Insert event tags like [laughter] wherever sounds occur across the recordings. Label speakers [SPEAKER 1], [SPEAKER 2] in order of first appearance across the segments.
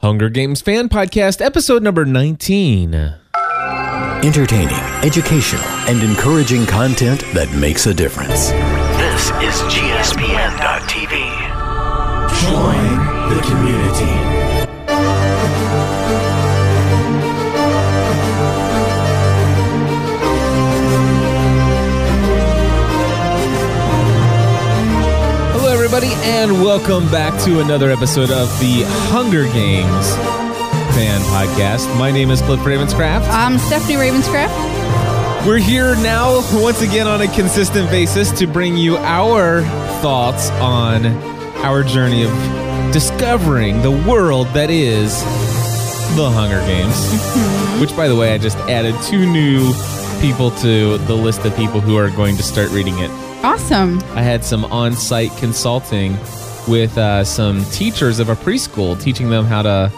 [SPEAKER 1] Hunger Games Fan Podcast, episode number 19.
[SPEAKER 2] Entertaining, educational, and encouraging content that makes a difference.
[SPEAKER 3] This is GSPN.TV.
[SPEAKER 2] Join the community.
[SPEAKER 1] Hello, everybody, and welcome back to another episode of the Hunger Games Fan Podcast. My name is Cliff Ravenscraft.
[SPEAKER 4] I'm Um, Stephanie Ravenscraft.
[SPEAKER 1] We're here now, once again, on a consistent basis to bring you our thoughts on our journey of discovering the world that is the Hunger Games. Which, by the way, I just added two new people to the list of people who are going to start reading it.
[SPEAKER 4] Awesome.
[SPEAKER 1] I had some on site consulting with uh, some teachers of a preschool, teaching them how to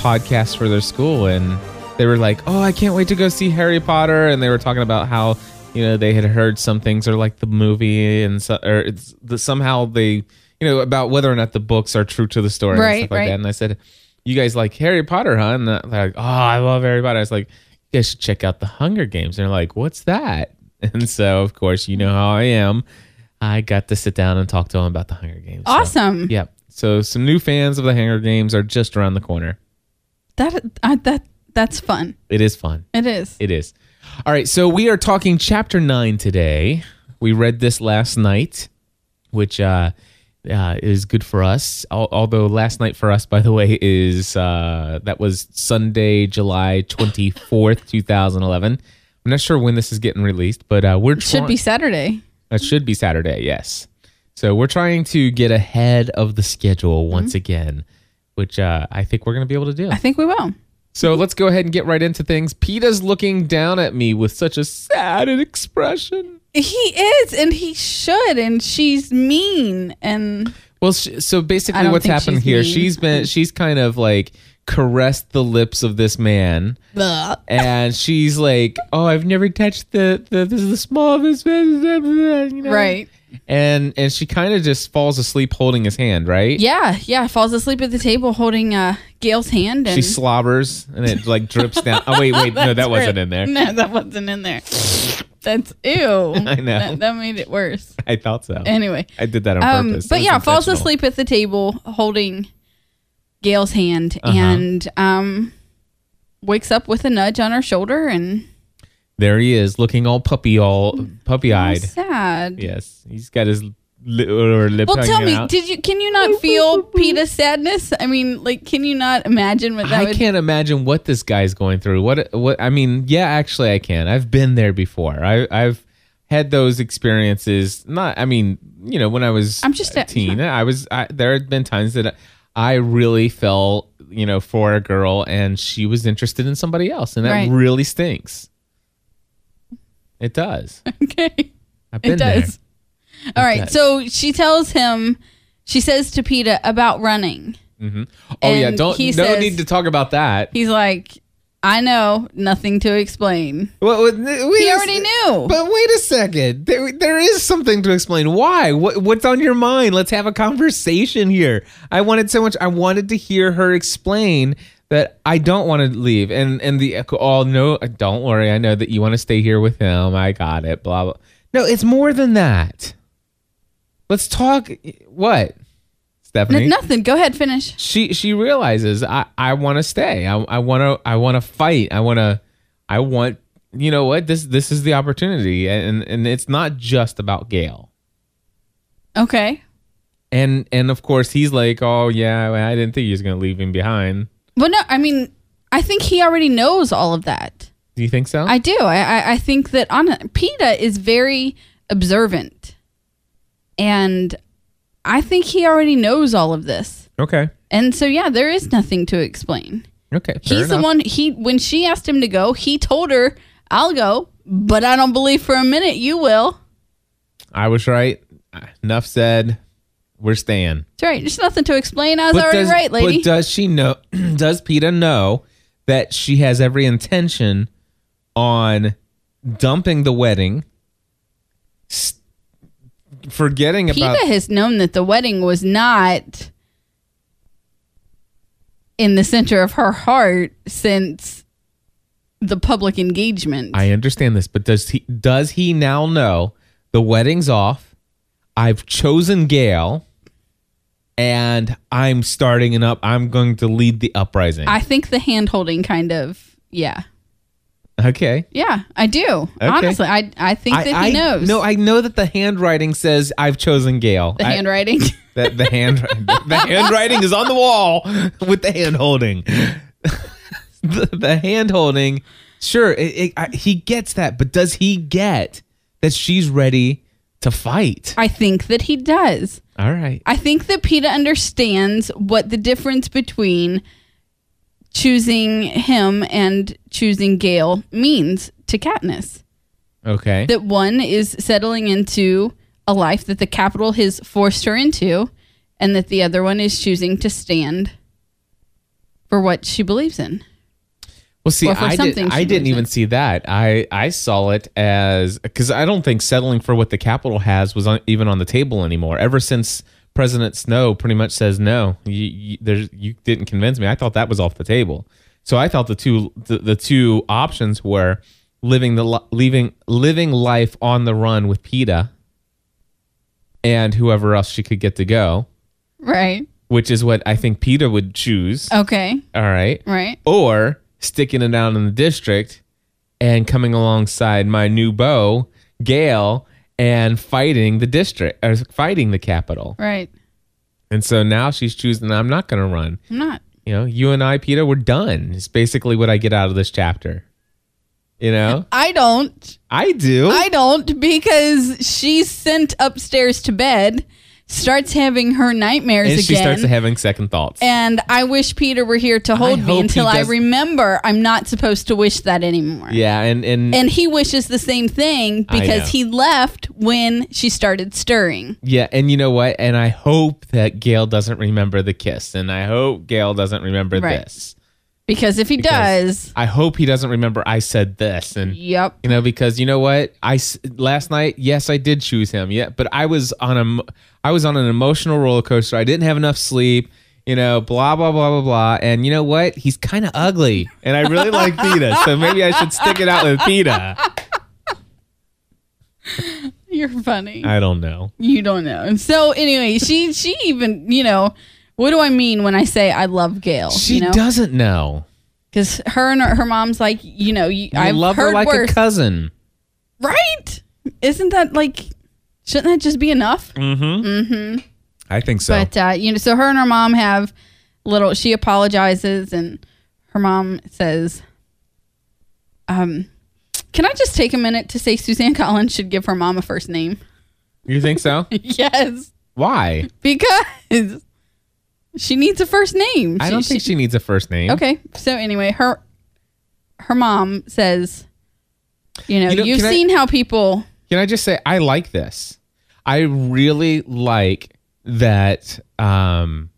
[SPEAKER 1] podcast for their school. And they were like, Oh, I can't wait to go see Harry Potter. And they were talking about how, you know, they had heard some things or like the movie and so, or it's the, somehow they, you know, about whether or not the books are true to the story and
[SPEAKER 4] Right,
[SPEAKER 1] stuff like
[SPEAKER 4] right.
[SPEAKER 1] that. And I said, You guys like Harry Potter, huh? And they're like, Oh, I love Harry Potter. I was like, You guys should check out The Hunger Games. And they're like, What's that? [laughs] And so, of course, you know how I am. I got to sit down and talk to him about the Hunger Games. So,
[SPEAKER 4] Awesome.
[SPEAKER 1] yep. So some new fans of the Hunger Games are just around the corner.
[SPEAKER 4] That I, that that's fun.
[SPEAKER 1] It is fun.
[SPEAKER 4] It is.
[SPEAKER 1] It is. All right. So we are talking chapter nine today. We read this last night, which uh, uh, is good for us. Al- although last night for us, by the way, is uh, that was Sunday, July twenty fourth, two thousand eleven. I'm not sure when this is getting released, but uh, we're
[SPEAKER 4] Should be Saturday.
[SPEAKER 1] That should be Saturday, yes. So we're trying to get ahead of the schedule once again, which uh, I think we're going to be able to do.
[SPEAKER 4] Mm-hmm. I think we will.
[SPEAKER 1] So let's go ahead and get right into things. PETA's looking down at me with such a sad expression.
[SPEAKER 4] He is, and he should, and she's mean, and
[SPEAKER 1] Well, sh so
[SPEAKER 4] I
[SPEAKER 1] basically,
[SPEAKER 4] don't
[SPEAKER 1] what's
[SPEAKER 4] think
[SPEAKER 1] happened
[SPEAKER 4] she's
[SPEAKER 1] here?
[SPEAKER 4] mean.
[SPEAKER 1] She's been she's kind of like caressed the lips of this man, and [laughs] she's like, "Oh, I've never touched the the this is the small of his [laughs] you know?
[SPEAKER 4] right.
[SPEAKER 1] And and she kind of just falls asleep holding his hand, right?
[SPEAKER 4] Yeah, yeah. Falls asleep at the table holding uh, Gail's hand, and
[SPEAKER 1] She slobbers and it like drips down. Oh wait, wait, no,
[SPEAKER 4] That's
[SPEAKER 1] that wasn't
[SPEAKER 4] where-
[SPEAKER 1] in there.
[SPEAKER 4] [laughs] No, that wasn't in there. That's ew.
[SPEAKER 1] [laughs]
[SPEAKER 4] I
[SPEAKER 1] know.
[SPEAKER 4] That, that made it worse.
[SPEAKER 1] I thought so.
[SPEAKER 4] Anyway,
[SPEAKER 1] I did that on
[SPEAKER 4] um,
[SPEAKER 1] purpose. That
[SPEAKER 4] but
[SPEAKER 1] was
[SPEAKER 4] yeah, falls
[SPEAKER 1] intentional.
[SPEAKER 4] asleep at the table holding Gail's hand
[SPEAKER 1] Uh-huh.
[SPEAKER 4] and um, wakes up with a nudge on her shoulder and
[SPEAKER 1] There he is, looking all puppy, all puppy-eyed.
[SPEAKER 4] sad.
[SPEAKER 1] Yes, he's got his li- or lip.
[SPEAKER 4] Well, tell
[SPEAKER 1] hanging
[SPEAKER 4] me,
[SPEAKER 1] out.
[SPEAKER 4] did you can you not feel Peta's sadness? I mean, like, can you not imagine what that
[SPEAKER 1] I
[SPEAKER 4] would?
[SPEAKER 1] can't imagine what this guy's going through. What? What? I mean, yeah, actually, I can. I've been there before. I, I've had those experiences. Not, I mean, you know, when I was
[SPEAKER 4] I'm just
[SPEAKER 1] a
[SPEAKER 4] a-
[SPEAKER 1] teen, I was. I, there had been times that I really fell, you know, for a girl, and she was interested in somebody else, and that
[SPEAKER 4] Right.
[SPEAKER 1] really stinks. It does.
[SPEAKER 4] Okay,
[SPEAKER 1] I've been
[SPEAKER 4] [laughs] it does.
[SPEAKER 1] there.
[SPEAKER 4] All right,
[SPEAKER 1] does.
[SPEAKER 4] so she tells him, she says to Peta about running.
[SPEAKER 1] Oh yeah,
[SPEAKER 4] And
[SPEAKER 1] don't
[SPEAKER 4] he
[SPEAKER 1] no
[SPEAKER 4] says-
[SPEAKER 1] need to talk about that.
[SPEAKER 4] He's like, I know nothing to explain.
[SPEAKER 1] Well, we
[SPEAKER 4] He already knew.
[SPEAKER 1] But wait a second. There, there is something to explain. Why? What, what's on your mind? Let's have a conversation here. I wanted so much. I wanted to hear her explain that I don't want to leave. And and the echo. Oh no! Don't worry. I know that you want to stay here with him. I got it. Blah blah. No, it's more than that. Let's talk. What, Stephanie?
[SPEAKER 4] N- nothing. Go ahead, finish.
[SPEAKER 1] she she realizes I I want to stay. I I want to I want to fight. I want to I want you know what this this is the opportunity and and it's not just about Gail.
[SPEAKER 4] Okay.
[SPEAKER 1] And and of course he's like, "Oh yeah, well, I didn't think he was going to leave him behind."
[SPEAKER 4] Well, no, I mean, I think he already knows all of that.
[SPEAKER 1] Do you think so?
[SPEAKER 4] I do. I, I, I think that on PETA is very observant, and I think he already knows all of this.
[SPEAKER 1] okay.
[SPEAKER 4] And so, yeah, there is nothing to explain.
[SPEAKER 1] Okay. fair
[SPEAKER 4] He's the
[SPEAKER 1] enough.
[SPEAKER 4] one. He when she asked him to go, he told her, "I'll go," but I don't believe for a minute you will.
[SPEAKER 1] I was right. Enough said. We're staying.
[SPEAKER 4] That's right. There's nothing to explain. I was already
[SPEAKER 1] does,
[SPEAKER 4] right,
[SPEAKER 1] but
[SPEAKER 4] lady.
[SPEAKER 1] does she know? [clears throat] does Peta know that she has every intention on dumping the wedding, s- forgetting about
[SPEAKER 4] PETA has known that the wedding was not in the center of her heart since the public engagement.
[SPEAKER 1] I understand this, but does he does he now know the wedding's off? I've chosen Gail, and I'm starting an up. I'm going to lead the uprising.
[SPEAKER 4] I think the hand holding kind of, yeah.
[SPEAKER 1] okay.
[SPEAKER 4] Yeah, I do. Honestly, I, I think that he knows.
[SPEAKER 1] No, I know that the handwriting says I've chosen Gail.
[SPEAKER 4] the
[SPEAKER 1] I- [laughs]
[SPEAKER 4] handwriting.
[SPEAKER 1] that the hand the handwriting is on the wall with the hand holding. the, the hand holding, sure, it, it, I, he gets that, but does he get that she's ready to fight?
[SPEAKER 4] I think that he does.
[SPEAKER 1] All right.
[SPEAKER 4] I think that PETA understands what the difference between choosing him and choosing Gail means to Katniss.
[SPEAKER 1] Okay.
[SPEAKER 4] That one is settling into a life that the capital has forced her into, and that the other one is choosing to stand for what she believes in.
[SPEAKER 1] Well, see,
[SPEAKER 4] Or for
[SPEAKER 1] I, did,
[SPEAKER 4] something she
[SPEAKER 1] I didn't
[SPEAKER 4] believes
[SPEAKER 1] even
[SPEAKER 4] in.
[SPEAKER 1] see that. I, I saw it as because I don't think settling for what the capital has was on, even on the table anymore. Ever since President Snow pretty much says no, you, you, there's, you didn't convince me. I thought that was off the table. So I thought the two the, the two options were living the li- leaving living life on the run with PETA and whoever else she could get to go,
[SPEAKER 4] Right.
[SPEAKER 1] which is what I think PETA would choose.
[SPEAKER 4] Oh. Okay.
[SPEAKER 1] All right
[SPEAKER 4] Right.
[SPEAKER 1] or sticking it down in the district and coming alongside my new beau, Gail, and fighting the district or fighting the capital.
[SPEAKER 4] Right.
[SPEAKER 1] And so now she's choosing, I'm not going to run.
[SPEAKER 4] I'm not.
[SPEAKER 1] You know, you and I, Peter, we're done. It's basically what I get out of this chapter. You know,
[SPEAKER 4] I don't.
[SPEAKER 1] I do.
[SPEAKER 4] I don't because she's sent upstairs to bed, starts having her nightmares
[SPEAKER 1] and
[SPEAKER 4] again.
[SPEAKER 1] she starts having second thoughts.
[SPEAKER 4] and I wish Peter were here to hold
[SPEAKER 1] hope
[SPEAKER 4] me
[SPEAKER 1] he
[SPEAKER 4] until I
[SPEAKER 1] doesn't-
[SPEAKER 4] remember I'm not supposed to wish that anymore.
[SPEAKER 1] yeah. And, and,
[SPEAKER 4] And he wishes the same thing
[SPEAKER 1] Mm-hmm. I
[SPEAKER 4] because
[SPEAKER 1] know.
[SPEAKER 4] he left when she started stirring.
[SPEAKER 1] Yeah, and you know what? And I hope that Gail doesn't remember the kiss, and I hope Gail doesn't remember
[SPEAKER 4] Right.
[SPEAKER 1] this.
[SPEAKER 4] Because if he does,
[SPEAKER 1] I hope he doesn't remember I said this, and
[SPEAKER 4] yep.
[SPEAKER 1] you know because you know what I s- last night. Yes, I did choose him. Yeah, but I was on a m- I was on an emotional roller coaster. I didn't have enough sleep. You know, blah blah blah blah blah. And you know what? He's kind of ugly, and I really
[SPEAKER 4] [laughs]
[SPEAKER 1] like Peta, so maybe I should stick it out with Peta.
[SPEAKER 4] You're funny.
[SPEAKER 1] I don't know.
[SPEAKER 4] you don't know. So anyway, she she even, you know, what do I mean when I say I love Gail?
[SPEAKER 1] She
[SPEAKER 4] you know?
[SPEAKER 1] doesn't know.
[SPEAKER 4] because her and her, her mom's like, you know, you,
[SPEAKER 1] I
[SPEAKER 4] I've
[SPEAKER 1] love
[SPEAKER 4] heard
[SPEAKER 1] her like
[SPEAKER 4] worse,
[SPEAKER 1] a cousin.
[SPEAKER 4] right? Isn't that like, shouldn't that just be enough?
[SPEAKER 1] Mm-hmm. I think so.
[SPEAKER 4] Mm-hmm. But uh, you know, so her and her mom have little. She apologizes, and her mom says, "Um, can I just take a minute to say Suzanne Collins should give her mom a first name?" [laughs]
[SPEAKER 1] you think so?
[SPEAKER 4] yes, [laughs]
[SPEAKER 1] Why?
[SPEAKER 4] because she needs a first name.
[SPEAKER 1] I don't think she needs a first name.
[SPEAKER 4] Okay. So anyway, her her mom says, you know,
[SPEAKER 1] You
[SPEAKER 4] you
[SPEAKER 1] know,
[SPEAKER 4] have
[SPEAKER 1] can I-
[SPEAKER 4] seen how people
[SPEAKER 1] Can I just say I like this? I really like that um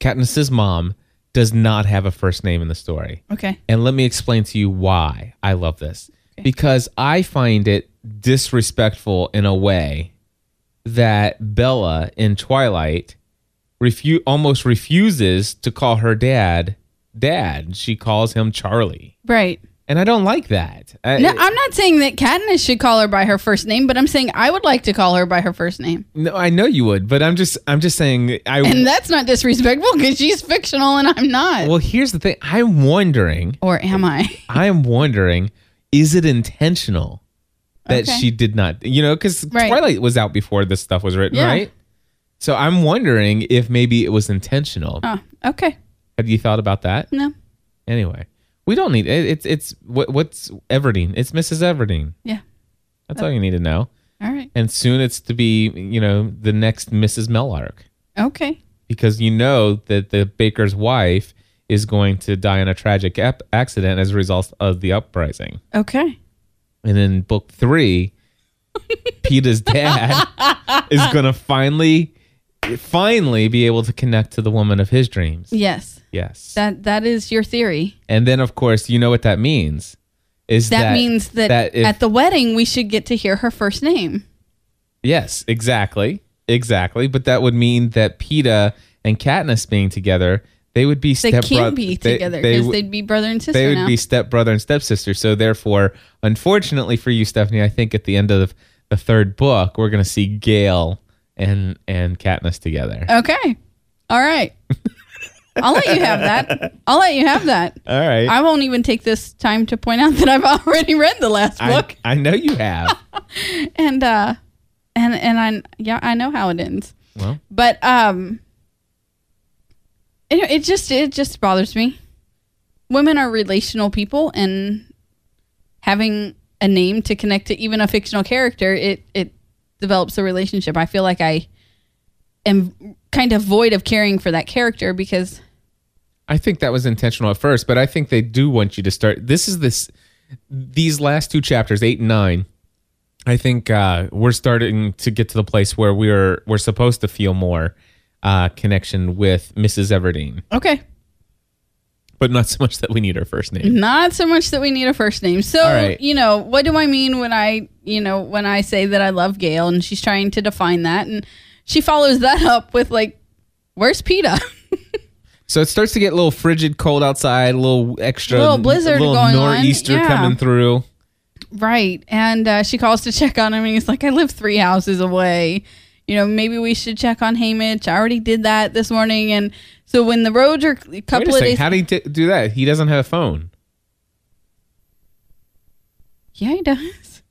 [SPEAKER 1] Katniss's mom does not have a first name in the story.
[SPEAKER 4] Okay.
[SPEAKER 1] And let me explain to you why I love this. Because I find it disrespectful in a way that Bella in Twilight refu- almost refuses to call her dad dad. She calls him Charlie.
[SPEAKER 4] Right.
[SPEAKER 1] And I don't like that. I-
[SPEAKER 4] No, I'm not saying that Katniss should call her by her first name, but I'm saying I would like to call her by her first name.
[SPEAKER 1] No, I know you would, but I'm just I'm just saying I
[SPEAKER 4] And that's not disrespectful because she's fictional and I'm not.
[SPEAKER 1] Well, here's the thing. I'm wondering,
[SPEAKER 4] or am I?
[SPEAKER 1] I'm wondering is it intentional that
[SPEAKER 4] Okay.
[SPEAKER 1] she did not, you know, cuz
[SPEAKER 4] Right.
[SPEAKER 1] Twilight was out before this stuff was written,
[SPEAKER 4] Yeah.
[SPEAKER 1] right? So I'm wondering if maybe it was intentional.
[SPEAKER 4] Oh, okay.
[SPEAKER 1] Have you thought about that?
[SPEAKER 4] No.
[SPEAKER 1] Anyway, we don't need it, it's it's what what's Everdeen? It's Mrs. Everdeen.
[SPEAKER 4] Yeah.
[SPEAKER 1] That's all you need to know.
[SPEAKER 4] All right.
[SPEAKER 1] And soon it's to be, you know, the next Mrs. Mellark.
[SPEAKER 4] Okay.
[SPEAKER 1] because you know that the baker's wife is going to die in a tragic ap- accident as a result of the uprising.
[SPEAKER 4] Okay.
[SPEAKER 1] And in book
[SPEAKER 4] [laughs]
[SPEAKER 1] three, Peter's dad is going to finally, finally be able to connect to the woman of his dreams.
[SPEAKER 4] Yes.
[SPEAKER 1] Yes.
[SPEAKER 4] That that is your theory.
[SPEAKER 1] and then, of course, you know what that means. Is
[SPEAKER 4] That,
[SPEAKER 1] that,
[SPEAKER 4] means that,
[SPEAKER 1] if-
[SPEAKER 4] at the wedding we should get to hear her first name.
[SPEAKER 1] Yes, exactly. Exactly. But that would mean that PETA and Katniss being together, They would be
[SPEAKER 4] They
[SPEAKER 1] step
[SPEAKER 4] can't be together because they, would be brother and sister
[SPEAKER 1] they would
[SPEAKER 4] now.
[SPEAKER 1] be stepbrother and stepsister. So therefore, unfortunately for you, Stephanie, I think at the end of the third book, we're gonna see Gail and and Katniss together.
[SPEAKER 4] okay. All
[SPEAKER 1] [laughs]
[SPEAKER 4] right. I'll let you have that. I'll let you have that.
[SPEAKER 1] All right.
[SPEAKER 4] I won't even take this time to point out that I've [laughs] already read the last
[SPEAKER 1] I-
[SPEAKER 4] book.
[SPEAKER 1] I, know you have.
[SPEAKER 4] and uh and and I yeah, I know how it ends.
[SPEAKER 1] well,
[SPEAKER 4] But um it, it just it just bothers me. Women are relational people and having a name to connect to even a fictional character, it it develops a relationship. I feel like I am kind of void of caring for that character because
[SPEAKER 1] I think that was intentional at first, but I think they do want you to start. This is this these last two chapters, eight and nine. I think uh, we're starting to get to the place where we're we're supposed to feel more uh, connection with Mrs. Everdeen,
[SPEAKER 4] okay,
[SPEAKER 1] but not so much that we need her first name.
[SPEAKER 4] Not so much that we need a first name. So,
[SPEAKER 1] All right.
[SPEAKER 4] you know, what do I mean when I, you know, when I say that I love Gail and she's trying to define that and she follows that up with like, where's PETA? [laughs]
[SPEAKER 1] So it starts to get a little frigid, cold outside, a little extra,
[SPEAKER 4] Little blizzard
[SPEAKER 1] little
[SPEAKER 4] going on,
[SPEAKER 1] nor'easter
[SPEAKER 4] yeah.
[SPEAKER 1] coming through.
[SPEAKER 4] right. And uh, she calls to check on him and he's like, I live three houses away. You know, maybe we should check on Hamish. I already did that this morning. And so when the roads are a
[SPEAKER 1] Wait a
[SPEAKER 4] couple of
[SPEAKER 1] second,
[SPEAKER 4] days.
[SPEAKER 1] how do you t- do that? He doesn't have a phone.
[SPEAKER 4] [laughs] yeah, he does.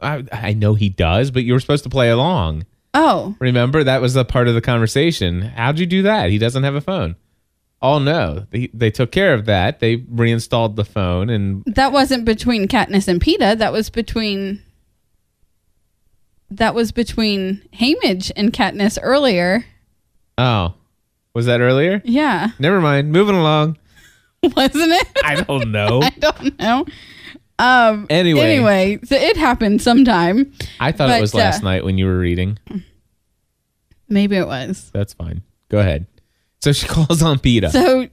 [SPEAKER 1] I, I know he does, but you were supposed to play along.
[SPEAKER 4] Oh,
[SPEAKER 1] Remember that was a part of the conversation. How'd you do that? He doesn't have a phone. Oh no, they, they took care of that. They reinstalled the phone, and
[SPEAKER 4] that wasn't between Katniss and PETA. That was between that was between Haymitch and Katniss earlier.
[SPEAKER 1] oh, was that earlier?
[SPEAKER 4] Yeah, [laughs]
[SPEAKER 1] Never mind. Moving along.
[SPEAKER 4] wasn't it?
[SPEAKER 1] [laughs] I don't know.
[SPEAKER 4] I don't know. Um.
[SPEAKER 1] [laughs] Anyway.
[SPEAKER 4] anyway, so it happened sometime.
[SPEAKER 1] I thought
[SPEAKER 4] But,
[SPEAKER 1] it was last
[SPEAKER 4] uh,
[SPEAKER 1] night when you were reading.
[SPEAKER 4] Maybe it was.
[SPEAKER 1] That's fine. Go ahead. So she [laughs] calls on Peta.
[SPEAKER 4] So,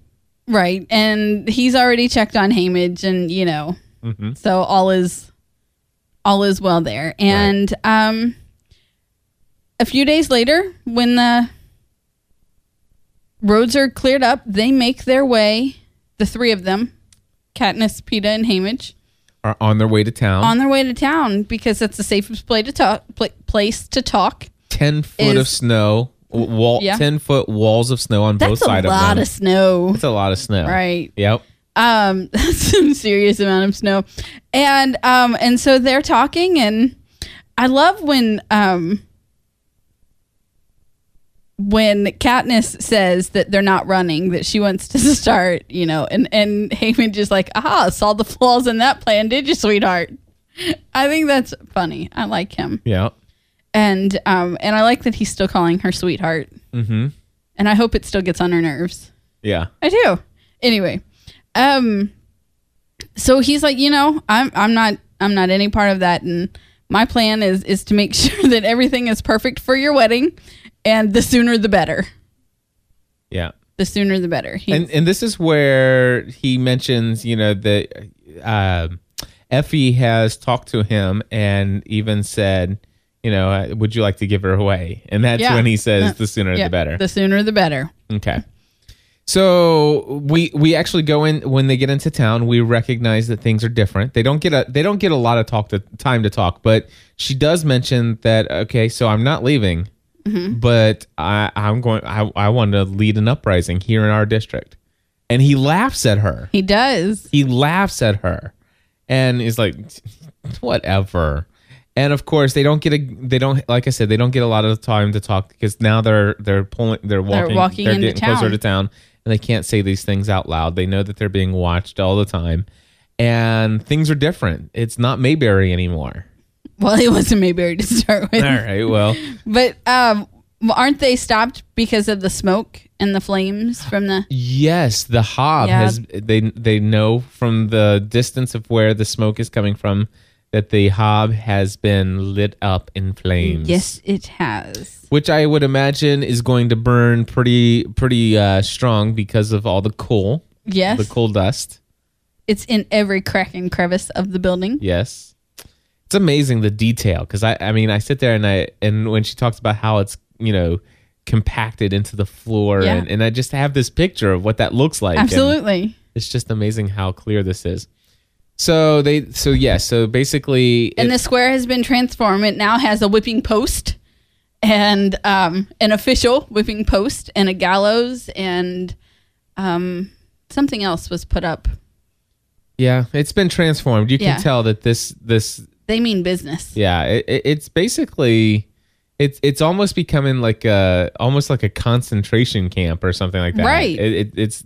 [SPEAKER 4] right, and he's already checked on Haymitch, and you know,
[SPEAKER 1] Mm-hmm.
[SPEAKER 4] so all is all is well there. And um, a few days later, when the roads are cleared up, they make their way. The three of them, Katniss, Peeta, and Haymitch,
[SPEAKER 1] are on their way to town.
[SPEAKER 4] on their way to town because that's the safest play to talk, pla place to talk.
[SPEAKER 1] 10 foot of
[SPEAKER 4] is-
[SPEAKER 1] snow w- wall
[SPEAKER 4] Yeah.
[SPEAKER 1] 10 foot walls of snow on both
[SPEAKER 4] That's a
[SPEAKER 1] sides of
[SPEAKER 4] lot
[SPEAKER 1] them
[SPEAKER 4] of snow,
[SPEAKER 1] that's a lot of snow
[SPEAKER 4] right?
[SPEAKER 1] yep
[SPEAKER 4] um [laughs] that's some serious amount of snow and um and so they're talking and i love when um when Katniss says that they're not running, that she wants to [laughs] start, you know, and and Heyman just like, aha, saw the flaws in that plan, did you, sweetheart? [laughs] I think that's funny. I like him,
[SPEAKER 1] yep
[SPEAKER 4] and um, and I like that he's still calling her sweetheart, mm-hmm. and I hope it still gets on her nerves.
[SPEAKER 1] yeah
[SPEAKER 4] I do. Anyway, um, so he's like, you know, I'm I'm not I'm not any part of that, and my plan is is to make [laughs] sure that everything is perfect for your wedding, and the sooner the better.
[SPEAKER 1] yeah
[SPEAKER 4] The sooner the better. He,
[SPEAKER 1] and and this is where he mentions you know that uh, effie has talked to him and even said you know uh, would you like to give her away and that's
[SPEAKER 4] Yeah.
[SPEAKER 1] when he
[SPEAKER 4] Uh,
[SPEAKER 1] says the sooner
[SPEAKER 4] yeah,
[SPEAKER 1] the better
[SPEAKER 4] The sooner the better.
[SPEAKER 1] Okay. So we we actually go in when they get into town. We recognize that things are different. They don't get a they don't get a lot of talk to time to talk, but she does mention that okay, so I'm not leaving, but I I'm going I I want to lead an uprising here in our district, and he laughs at her.
[SPEAKER 4] He does.
[SPEAKER 1] He laughs at her, and is like, [laughs] whatever. And of course, they don't get a they don't like I said they don't get a lot of time to talk because now they're they're pulling they're walking they're,
[SPEAKER 4] walking into
[SPEAKER 1] getting closer
[SPEAKER 4] town.
[SPEAKER 1] to town and they can't say these things out loud. They know that they're being watched all the time, and things are different. It's not Mayberry
[SPEAKER 4] [laughs]
[SPEAKER 1] anymore.
[SPEAKER 4] Well, he wasn't Mayberry to start with,
[SPEAKER 1] All right, well,
[SPEAKER 4] but um, aren't they stopped because of the smoke and the flames from the?
[SPEAKER 1] yes, the hob
[SPEAKER 4] Yeah.
[SPEAKER 1] has they they know from the distance of where the smoke is coming from that the hob has been lit up in flames.
[SPEAKER 4] Yes, it has.
[SPEAKER 1] which I would imagine is going to burn pretty pretty uh, strong because of all the coal,
[SPEAKER 4] Yes,
[SPEAKER 1] the coal dust.
[SPEAKER 4] it's in every crack and crevice of the building.
[SPEAKER 1] Yes, it's amazing the detail because I I mean I sit there and I and when she talks about how it's you know compacted into the floor.
[SPEAKER 4] Yeah.
[SPEAKER 1] And, and I just have this picture of what that looks like. and
[SPEAKER 4] Absolutely.
[SPEAKER 1] it's just amazing how clear this is. So they, so yeah, so basically,
[SPEAKER 4] And
[SPEAKER 1] it-
[SPEAKER 4] the square has been transformed. It now has a whipping post and um, an official whipping post and a gallows and um, something else was put up.
[SPEAKER 1] yeah, it's been transformed. You
[SPEAKER 4] Yeah.
[SPEAKER 1] can tell that this, this,
[SPEAKER 4] They mean business.
[SPEAKER 1] yeah, it, it- it's basically, it's it's almost becoming like a almost like a concentration camp or something like that.
[SPEAKER 4] Right.
[SPEAKER 1] It, it, it's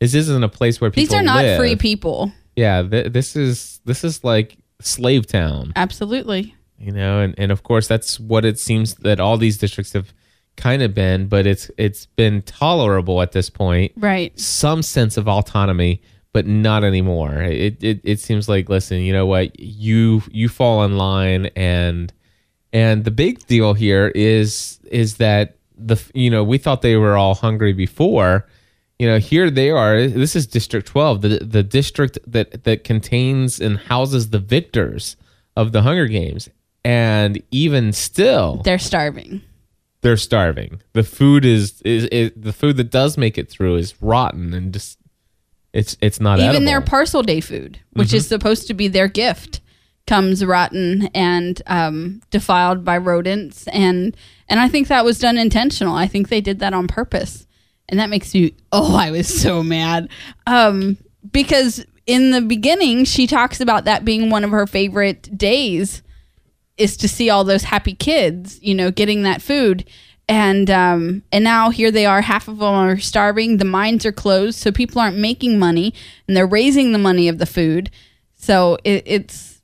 [SPEAKER 1] this isn't a place where people
[SPEAKER 4] These are not
[SPEAKER 1] live.
[SPEAKER 4] free people.
[SPEAKER 1] Yeah, th- this is this is like slave town.
[SPEAKER 4] Absolutely.
[SPEAKER 1] you know and, and of course that's what it seems that all these districts have kind of been but it's it's been tolerable at this point
[SPEAKER 4] Right.
[SPEAKER 1] some sense of autonomy but not anymore it it, it seems like listen you know what you you fall in line and and the big deal here is is that the you know we thought they were all hungry before you know here they are this is district 12 the the district that that contains and houses the victors of the hunger games and even still
[SPEAKER 4] They're starving.
[SPEAKER 1] they're starving. The food is, is is the food that does make it through is rotten and just it's it's not
[SPEAKER 4] Even
[SPEAKER 1] edible. Mm-hmm.
[SPEAKER 4] their parcel day food, which is supposed to be their gift, comes rotten and um, defiled by rodents, and and I think that was done intentional. I think they did that on purpose, and that makes you. Oh, I was so mad um, because in the beginning she talks about that being one of her favorite days is to see all those happy kids, you know, getting that food. And um, and now here they are. Half of them are starving. The mines are closed, so people aren't making money, and they're raising the money of the food. So it, it's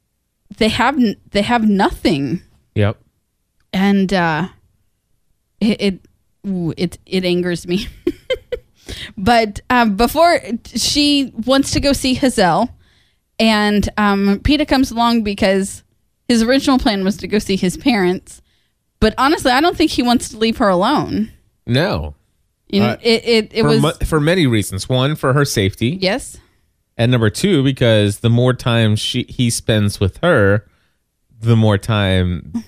[SPEAKER 4] they have n- they have nothing,
[SPEAKER 1] yep.
[SPEAKER 4] and uh, it it, ooh, it it angers me. [laughs] but um, before she wants to go see Hazel, and um, Peter comes along because his original plan was to go see his parents. But honestly, I don't think he wants to leave her alone.
[SPEAKER 1] No.
[SPEAKER 4] You know,
[SPEAKER 1] Uh,
[SPEAKER 4] it it, it
[SPEAKER 1] for,
[SPEAKER 4] was
[SPEAKER 1] mu- for many reasons. One for her safety,
[SPEAKER 4] yes,
[SPEAKER 1] and number two because the more time she he spends with her, the more time [laughs]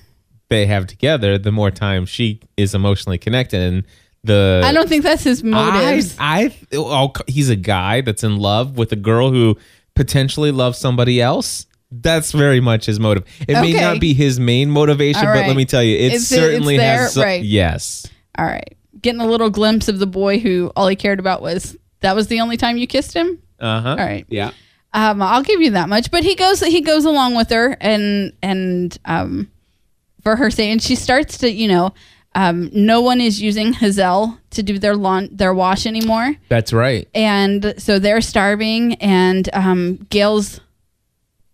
[SPEAKER 1] they have together, the more time she is emotionally connected and the
[SPEAKER 4] I don't think that's his
[SPEAKER 1] uh, I,
[SPEAKER 4] motives.
[SPEAKER 1] I, oh, he's a guy that's in love with a girl who potentially loves somebody else. That's very much his motive. It may
[SPEAKER 4] Okay.
[SPEAKER 1] not be his main motivation,
[SPEAKER 4] All
[SPEAKER 1] but
[SPEAKER 4] right.
[SPEAKER 1] let me tell you, it
[SPEAKER 4] It's- it's
[SPEAKER 1] certainly
[SPEAKER 4] there,
[SPEAKER 1] has. so-
[SPEAKER 4] right.
[SPEAKER 1] Yes,
[SPEAKER 4] All right, getting a little glimpse of the boy who all he cared about was that was the only time you kissed him.
[SPEAKER 1] uh huh.
[SPEAKER 4] All right.
[SPEAKER 1] yeah.
[SPEAKER 4] Um, I'll give you that much. But he goes he goes along with her and and um, for her saying and she starts to you know um, no one is using Hazel to do their lawn their wash anymore.
[SPEAKER 1] That's right.
[SPEAKER 4] and so they're starving and um, gail's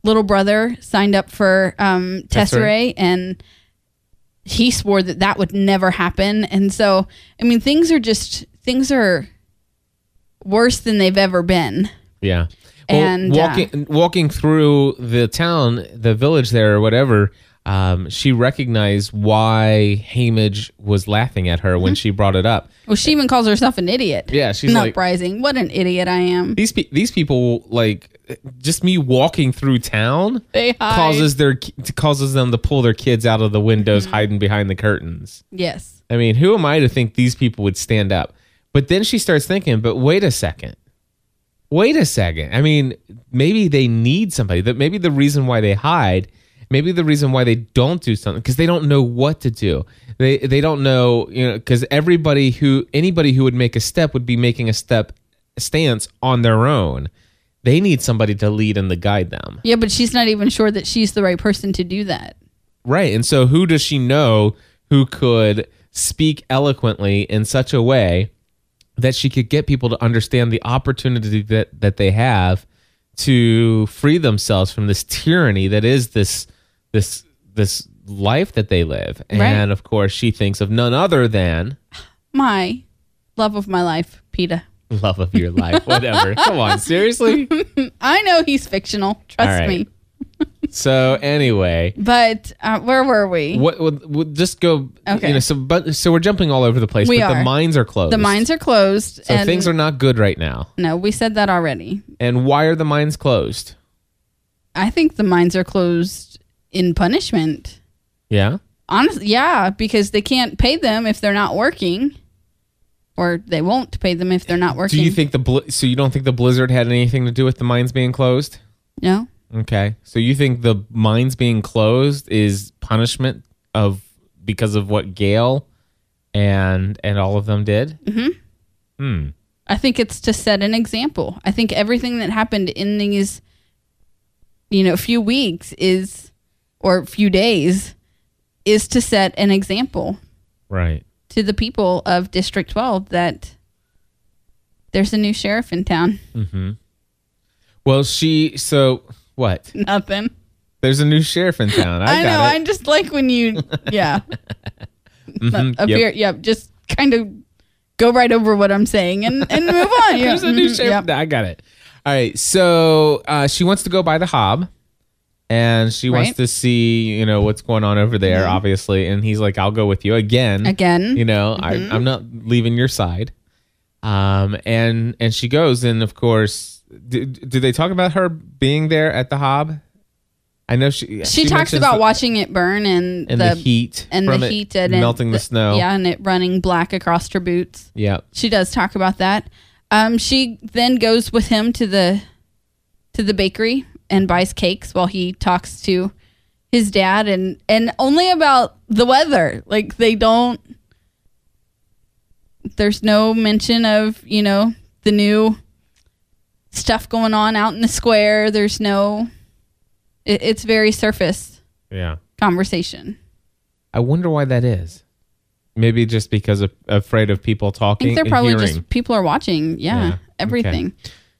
[SPEAKER 4] little brother signed up for um,
[SPEAKER 1] That's
[SPEAKER 4] tesserae
[SPEAKER 1] right.
[SPEAKER 4] and he swore that that would never happen and so i mean things are just things are worse than they've ever been
[SPEAKER 1] Yeah.
[SPEAKER 4] And, uh,
[SPEAKER 1] walking walking through the town, the village there or whatever, um, she recognized why Hamage was laughing at her
[SPEAKER 4] Mm-hmm.
[SPEAKER 1] when she brought it up.
[SPEAKER 4] well she even calls herself an idiot
[SPEAKER 1] Yeah, she's
[SPEAKER 4] an
[SPEAKER 1] like-
[SPEAKER 4] uprising what an idiot i am
[SPEAKER 1] these pe- these people like just me walking through town
[SPEAKER 4] They hide.
[SPEAKER 1] causes their ki- causes them to pull their kids out of the windows
[SPEAKER 4] Mm-hmm.
[SPEAKER 1] hiding behind the curtains.
[SPEAKER 4] yes
[SPEAKER 1] I mean, who am I to think these people would stand up? But then she starts thinking, but wait a second. Wait a second. I mean, maybe they need somebody. That maybe the reason why they hide, maybe the reason why they don't do something because they don't know what to do. They they don't know, you know, cuz everybody who anybody who would make a step would be making a step stance on their own. They need somebody to lead and to guide them.
[SPEAKER 4] yeah but she's not even sure that she's the right person to do that
[SPEAKER 1] Right. And so who does she know who could speak eloquently in such a way that she could get people to understand the opportunity that, that they have to free themselves from this tyranny that is this this this life that they live. And
[SPEAKER 4] Right.
[SPEAKER 1] of course she thinks of none other than
[SPEAKER 4] my love of my life peta
[SPEAKER 1] love of your
[SPEAKER 4] [laughs]
[SPEAKER 1] life. Whatever. Come on, seriously?
[SPEAKER 4] i know he's fictional
[SPEAKER 1] All
[SPEAKER 4] trust
[SPEAKER 1] right.
[SPEAKER 4] me
[SPEAKER 1] So anyway,
[SPEAKER 4] But uh, where were we?
[SPEAKER 1] what would would just go okay.
[SPEAKER 4] Okay.
[SPEAKER 1] you know, so but so we're jumping all over the place,
[SPEAKER 4] We
[SPEAKER 1] but
[SPEAKER 4] are.
[SPEAKER 1] the mines are closed.
[SPEAKER 4] The mines are closed.
[SPEAKER 1] So
[SPEAKER 4] and
[SPEAKER 1] things are not good right now.
[SPEAKER 4] No, we said that already.
[SPEAKER 1] And why are the mines closed?
[SPEAKER 4] I think the mines are closed in punishment.
[SPEAKER 1] Yeah.
[SPEAKER 4] Honestly, yeah, because they can't pay them if they're not working, or they won't pay them if they're not working.
[SPEAKER 1] Do you think the bl- so you don't think the blizzard had anything to do with the mines being closed?
[SPEAKER 4] No.
[SPEAKER 1] Okay. So you think the mines being closed is punishment of because of what Gail and and all of them did?
[SPEAKER 4] Mm-hmm.
[SPEAKER 1] Hmm.
[SPEAKER 4] I think it's to set an example. I think everything that happened in these, you know, few weeks is, or few days, is to set an example
[SPEAKER 1] Right.
[SPEAKER 4] to the people of District 12 that there's a new sheriff in town. [laughs]
[SPEAKER 1] Well, she so what?
[SPEAKER 4] Nothing.
[SPEAKER 1] There's a new sheriff in town. I,
[SPEAKER 4] [laughs] I, know.
[SPEAKER 1] got
[SPEAKER 4] I
[SPEAKER 1] it.
[SPEAKER 4] just like when you,
[SPEAKER 1] [laughs]
[SPEAKER 4] yeah,
[SPEAKER 1] Mhm,
[SPEAKER 4] appear.
[SPEAKER 1] yep.
[SPEAKER 4] Yep. Just kind of go right over what I'm saying and, and move
[SPEAKER 1] [laughs]
[SPEAKER 4] on. Yeah,
[SPEAKER 1] There's a new
[SPEAKER 4] mhm,
[SPEAKER 1] sheriff.
[SPEAKER 4] yep.
[SPEAKER 1] I got it. All right. So uh, she wants to go by the hob, and she wants
[SPEAKER 4] Right. Mm-hmm.
[SPEAKER 1] to see you know what's going on over there, obviously. And he's like, "I'll go with you again."
[SPEAKER 4] Again. Mm-hmm.
[SPEAKER 1] You know, I, I'm not leaving your side. Um, and and she goes, and of course, do, do they talk about her being there at the hob? I know she.
[SPEAKER 4] She, talks
[SPEAKER 1] mentions
[SPEAKER 4] about
[SPEAKER 1] the,
[SPEAKER 4] watching it burn and,
[SPEAKER 1] and the, heat
[SPEAKER 4] and
[SPEAKER 1] from
[SPEAKER 4] the
[SPEAKER 1] it
[SPEAKER 4] heat and
[SPEAKER 1] melting the, snow.
[SPEAKER 4] Yeah, and it running black across her boots.
[SPEAKER 1] Yeah.
[SPEAKER 4] She does talk about that. Um, she then goes with him to the to the bakery and buys cakes while he talks to his dad and and only about the weather. Like they don't. There's no mention of you know the new stuff going on out in the square. There's no. It, it's very surface
[SPEAKER 1] Yeah.
[SPEAKER 4] conversation.
[SPEAKER 1] I wonder why that is. Maybe just because of afraid of people
[SPEAKER 4] I
[SPEAKER 1] talking.
[SPEAKER 4] think they're
[SPEAKER 1] and
[SPEAKER 4] probably
[SPEAKER 1] hearing.
[SPEAKER 4] just people are watching. Yeah,
[SPEAKER 1] Yeah,
[SPEAKER 4] everything.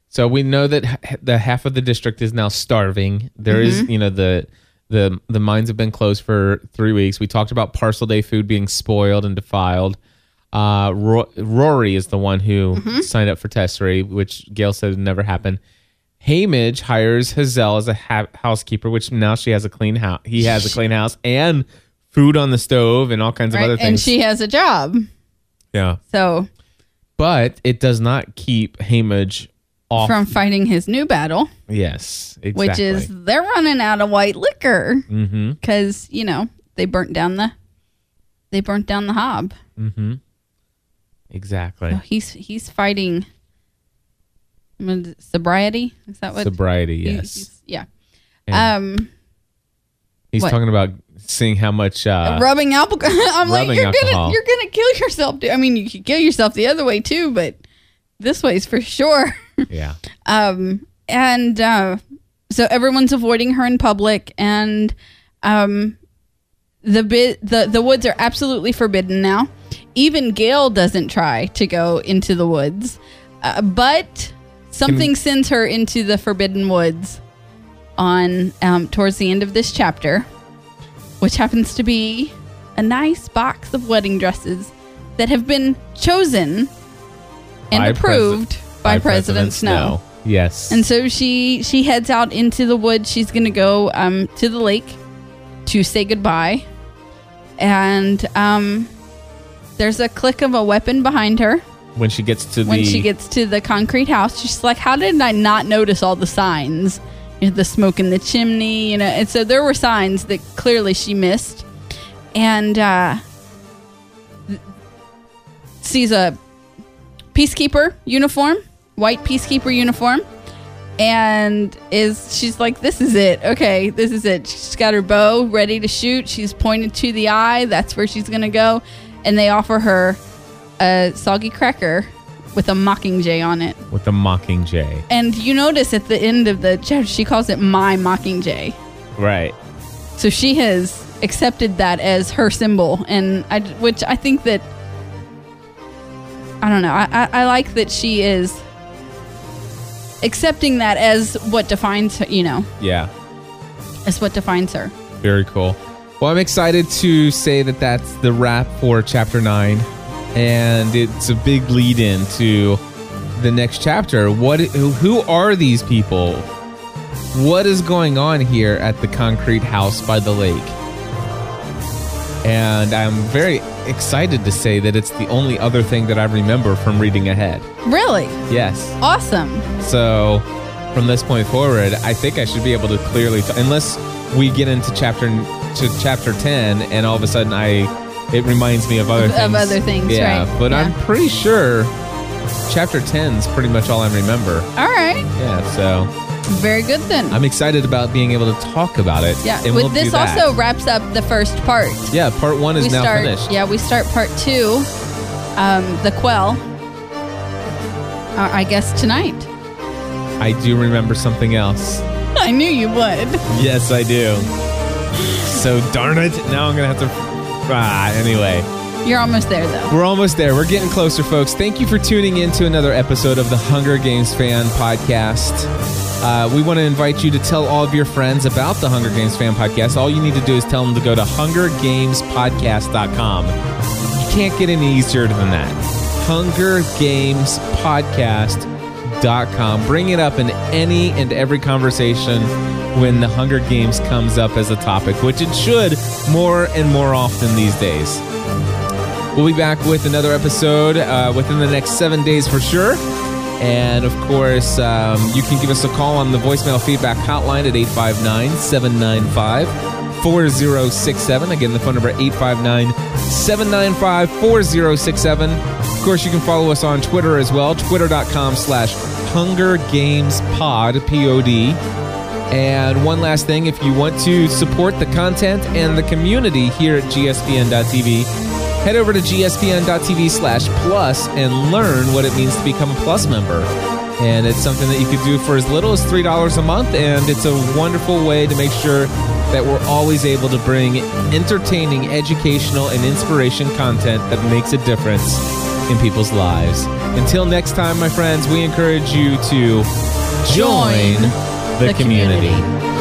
[SPEAKER 1] So we know that h- the half of the district is now starving. There is,
[SPEAKER 4] Mm-hmm.
[SPEAKER 1] you know, the the the mines have been closed for three weeks. We talked about parcel day food being spoiled and defiled. Uh, Ro- Rory is the one who
[SPEAKER 4] Mm-hmm.
[SPEAKER 1] signed up for Tessery, which Gail said would never happen. Hamage hires Hazel as a ha- housekeeper, which now she has a clean house. He has a clean house and food on the stove and all kinds of
[SPEAKER 4] Right?
[SPEAKER 1] other things.
[SPEAKER 4] And she has a job.
[SPEAKER 1] yeah,
[SPEAKER 4] So
[SPEAKER 1] but it does not keep Hamage off.
[SPEAKER 4] from fighting his new battle,
[SPEAKER 1] yes, exactly.
[SPEAKER 4] which is they're running out of white liquor
[SPEAKER 1] Mm-hmm.
[SPEAKER 4] because you know they burnt down the they burnt down the hob.
[SPEAKER 1] Mm-hmm. Exactly.
[SPEAKER 4] So he's he's fighting what is it, sobriety. Is that what?
[SPEAKER 1] Sobriety,
[SPEAKER 4] he-
[SPEAKER 1] yes. He's,
[SPEAKER 4] he's- yeah.
[SPEAKER 1] Yeah.
[SPEAKER 4] Um, what?
[SPEAKER 1] talking about seeing how much uh,
[SPEAKER 4] rubbing alcohol. [laughs] I'm
[SPEAKER 1] rubbing
[SPEAKER 4] like, you're
[SPEAKER 1] alcohol.
[SPEAKER 4] gonna you're gonna kill yourself. Dude. I mean, you could kill yourself the other way too, but this way's for sure. [laughs]
[SPEAKER 1] yeah.
[SPEAKER 4] um, and uh, so everyone's avoiding her in public, and um, the bit the the woods are absolutely forbidden now. Even Gail doesn't try to go into the woods, uh, but something sends her into the forbidden woods on um, towards the end of this chapter, which happens to be a nice box of wedding dresses that have been chosen and
[SPEAKER 1] By
[SPEAKER 4] approved
[SPEAKER 1] Presi-
[SPEAKER 4] by, President Snow.
[SPEAKER 1] Yes.
[SPEAKER 4] And so she she heads out into the woods. She's gonna go um, to the lake to say goodbye. And um, there's a click of a weapon behind her
[SPEAKER 1] when she gets to
[SPEAKER 4] when
[SPEAKER 1] the
[SPEAKER 4] she gets to the concrete house. She's like, "How did I not notice all the signs? You know, the smoke in the chimney, you know." And so there were signs that clearly she missed, and uh, th- sees a peacekeeper uniform, white peacekeeper uniform, and is she's like, "This is it. Okay, this is it." She's got her bow ready to shoot. She's pointed to the eye. That's where she's gonna go, and they offer her a soggy cracker with a mockingjay on it.
[SPEAKER 1] with the Mockingjay.
[SPEAKER 4] And you notice at the end of the chapter, she calls it my mockingjay.
[SPEAKER 1] Right.
[SPEAKER 4] So she has accepted that as her symbol, and I, which I think that I don't know. I, I, I like that she is accepting that as what defines her. You know,
[SPEAKER 1] Yeah.
[SPEAKER 4] as what defines her.
[SPEAKER 1] Very cool. Well, I'm excited to say that that's the wrap for chapter nine, and it's a big lead in to the next chapter. What? Who who are these people? What is going on here at the concrete house by the lake? And I'm very excited to say that it's the only other thing that I remember from reading ahead.
[SPEAKER 4] Really
[SPEAKER 1] Yes.
[SPEAKER 4] awesome.
[SPEAKER 1] So from this point forward, I think I should be able to clearly, t- unless we get into chapter to chapter 10 and all of a sudden I it reminds me of other
[SPEAKER 4] Of-
[SPEAKER 1] things.
[SPEAKER 4] of other things,
[SPEAKER 1] yeah,
[SPEAKER 4] right.
[SPEAKER 1] But
[SPEAKER 4] Yeah.
[SPEAKER 1] I'm pretty sure chapter 10's pretty much all I remember.
[SPEAKER 4] All right.
[SPEAKER 1] Yeah, so
[SPEAKER 4] Very good then.
[SPEAKER 1] I'm excited about being able to talk about it.
[SPEAKER 4] yeah.
[SPEAKER 1] and
[SPEAKER 4] With
[SPEAKER 1] we'll do
[SPEAKER 4] this
[SPEAKER 1] that.
[SPEAKER 4] also wraps up the first part.
[SPEAKER 1] Yeah, part 1 is
[SPEAKER 4] we
[SPEAKER 1] now
[SPEAKER 4] start.
[SPEAKER 1] finished.
[SPEAKER 4] Yeah, we start part two, um, the quell. Uh, I guess tonight. [laughs]
[SPEAKER 1] I do remember something else.
[SPEAKER 4] I knew you would.
[SPEAKER 1] Yes, I do. So darn it. Now I'm going to have to Ah, anyway.
[SPEAKER 4] You're almost there though.
[SPEAKER 1] We're almost there. We're getting closer, folks. Thank you for tuning in to another episode of the Hunger Games Fan Podcast. Uh, we want to invite you to tell all of your friends about the Hunger Games Fan Podcast. All you need to do is tell them to go to hungergamespodcast.com. You can't get any easier than that. Hungergamespodcast.com. Bring it up in any and every conversation when the Hunger Games comes up as a topic, which it should more and more often these days. We'll be back with another episode uh, within the next seven days for sure. And of course, um, you can give us a call on the voicemail feedback hotline at 859 795 4067. Again, the phone number 859 795 4067. Of course, you can follow us on Twitter as well, twitter.com slash Hunger Games Pod, P O D. And one last thing, if you want to support the content and the community here at gspn.tv, head over to gspn.tv slash plus and learn what it means to become a plus member. And it's something that you could do for as little as $3 a month, and it's a wonderful way to make sure that we're always able to bring entertaining, educational, and inspiration content that makes a difference in people's lives. Until next time, my friends, we encourage you to join
[SPEAKER 4] Join
[SPEAKER 1] the, community.
[SPEAKER 4] community.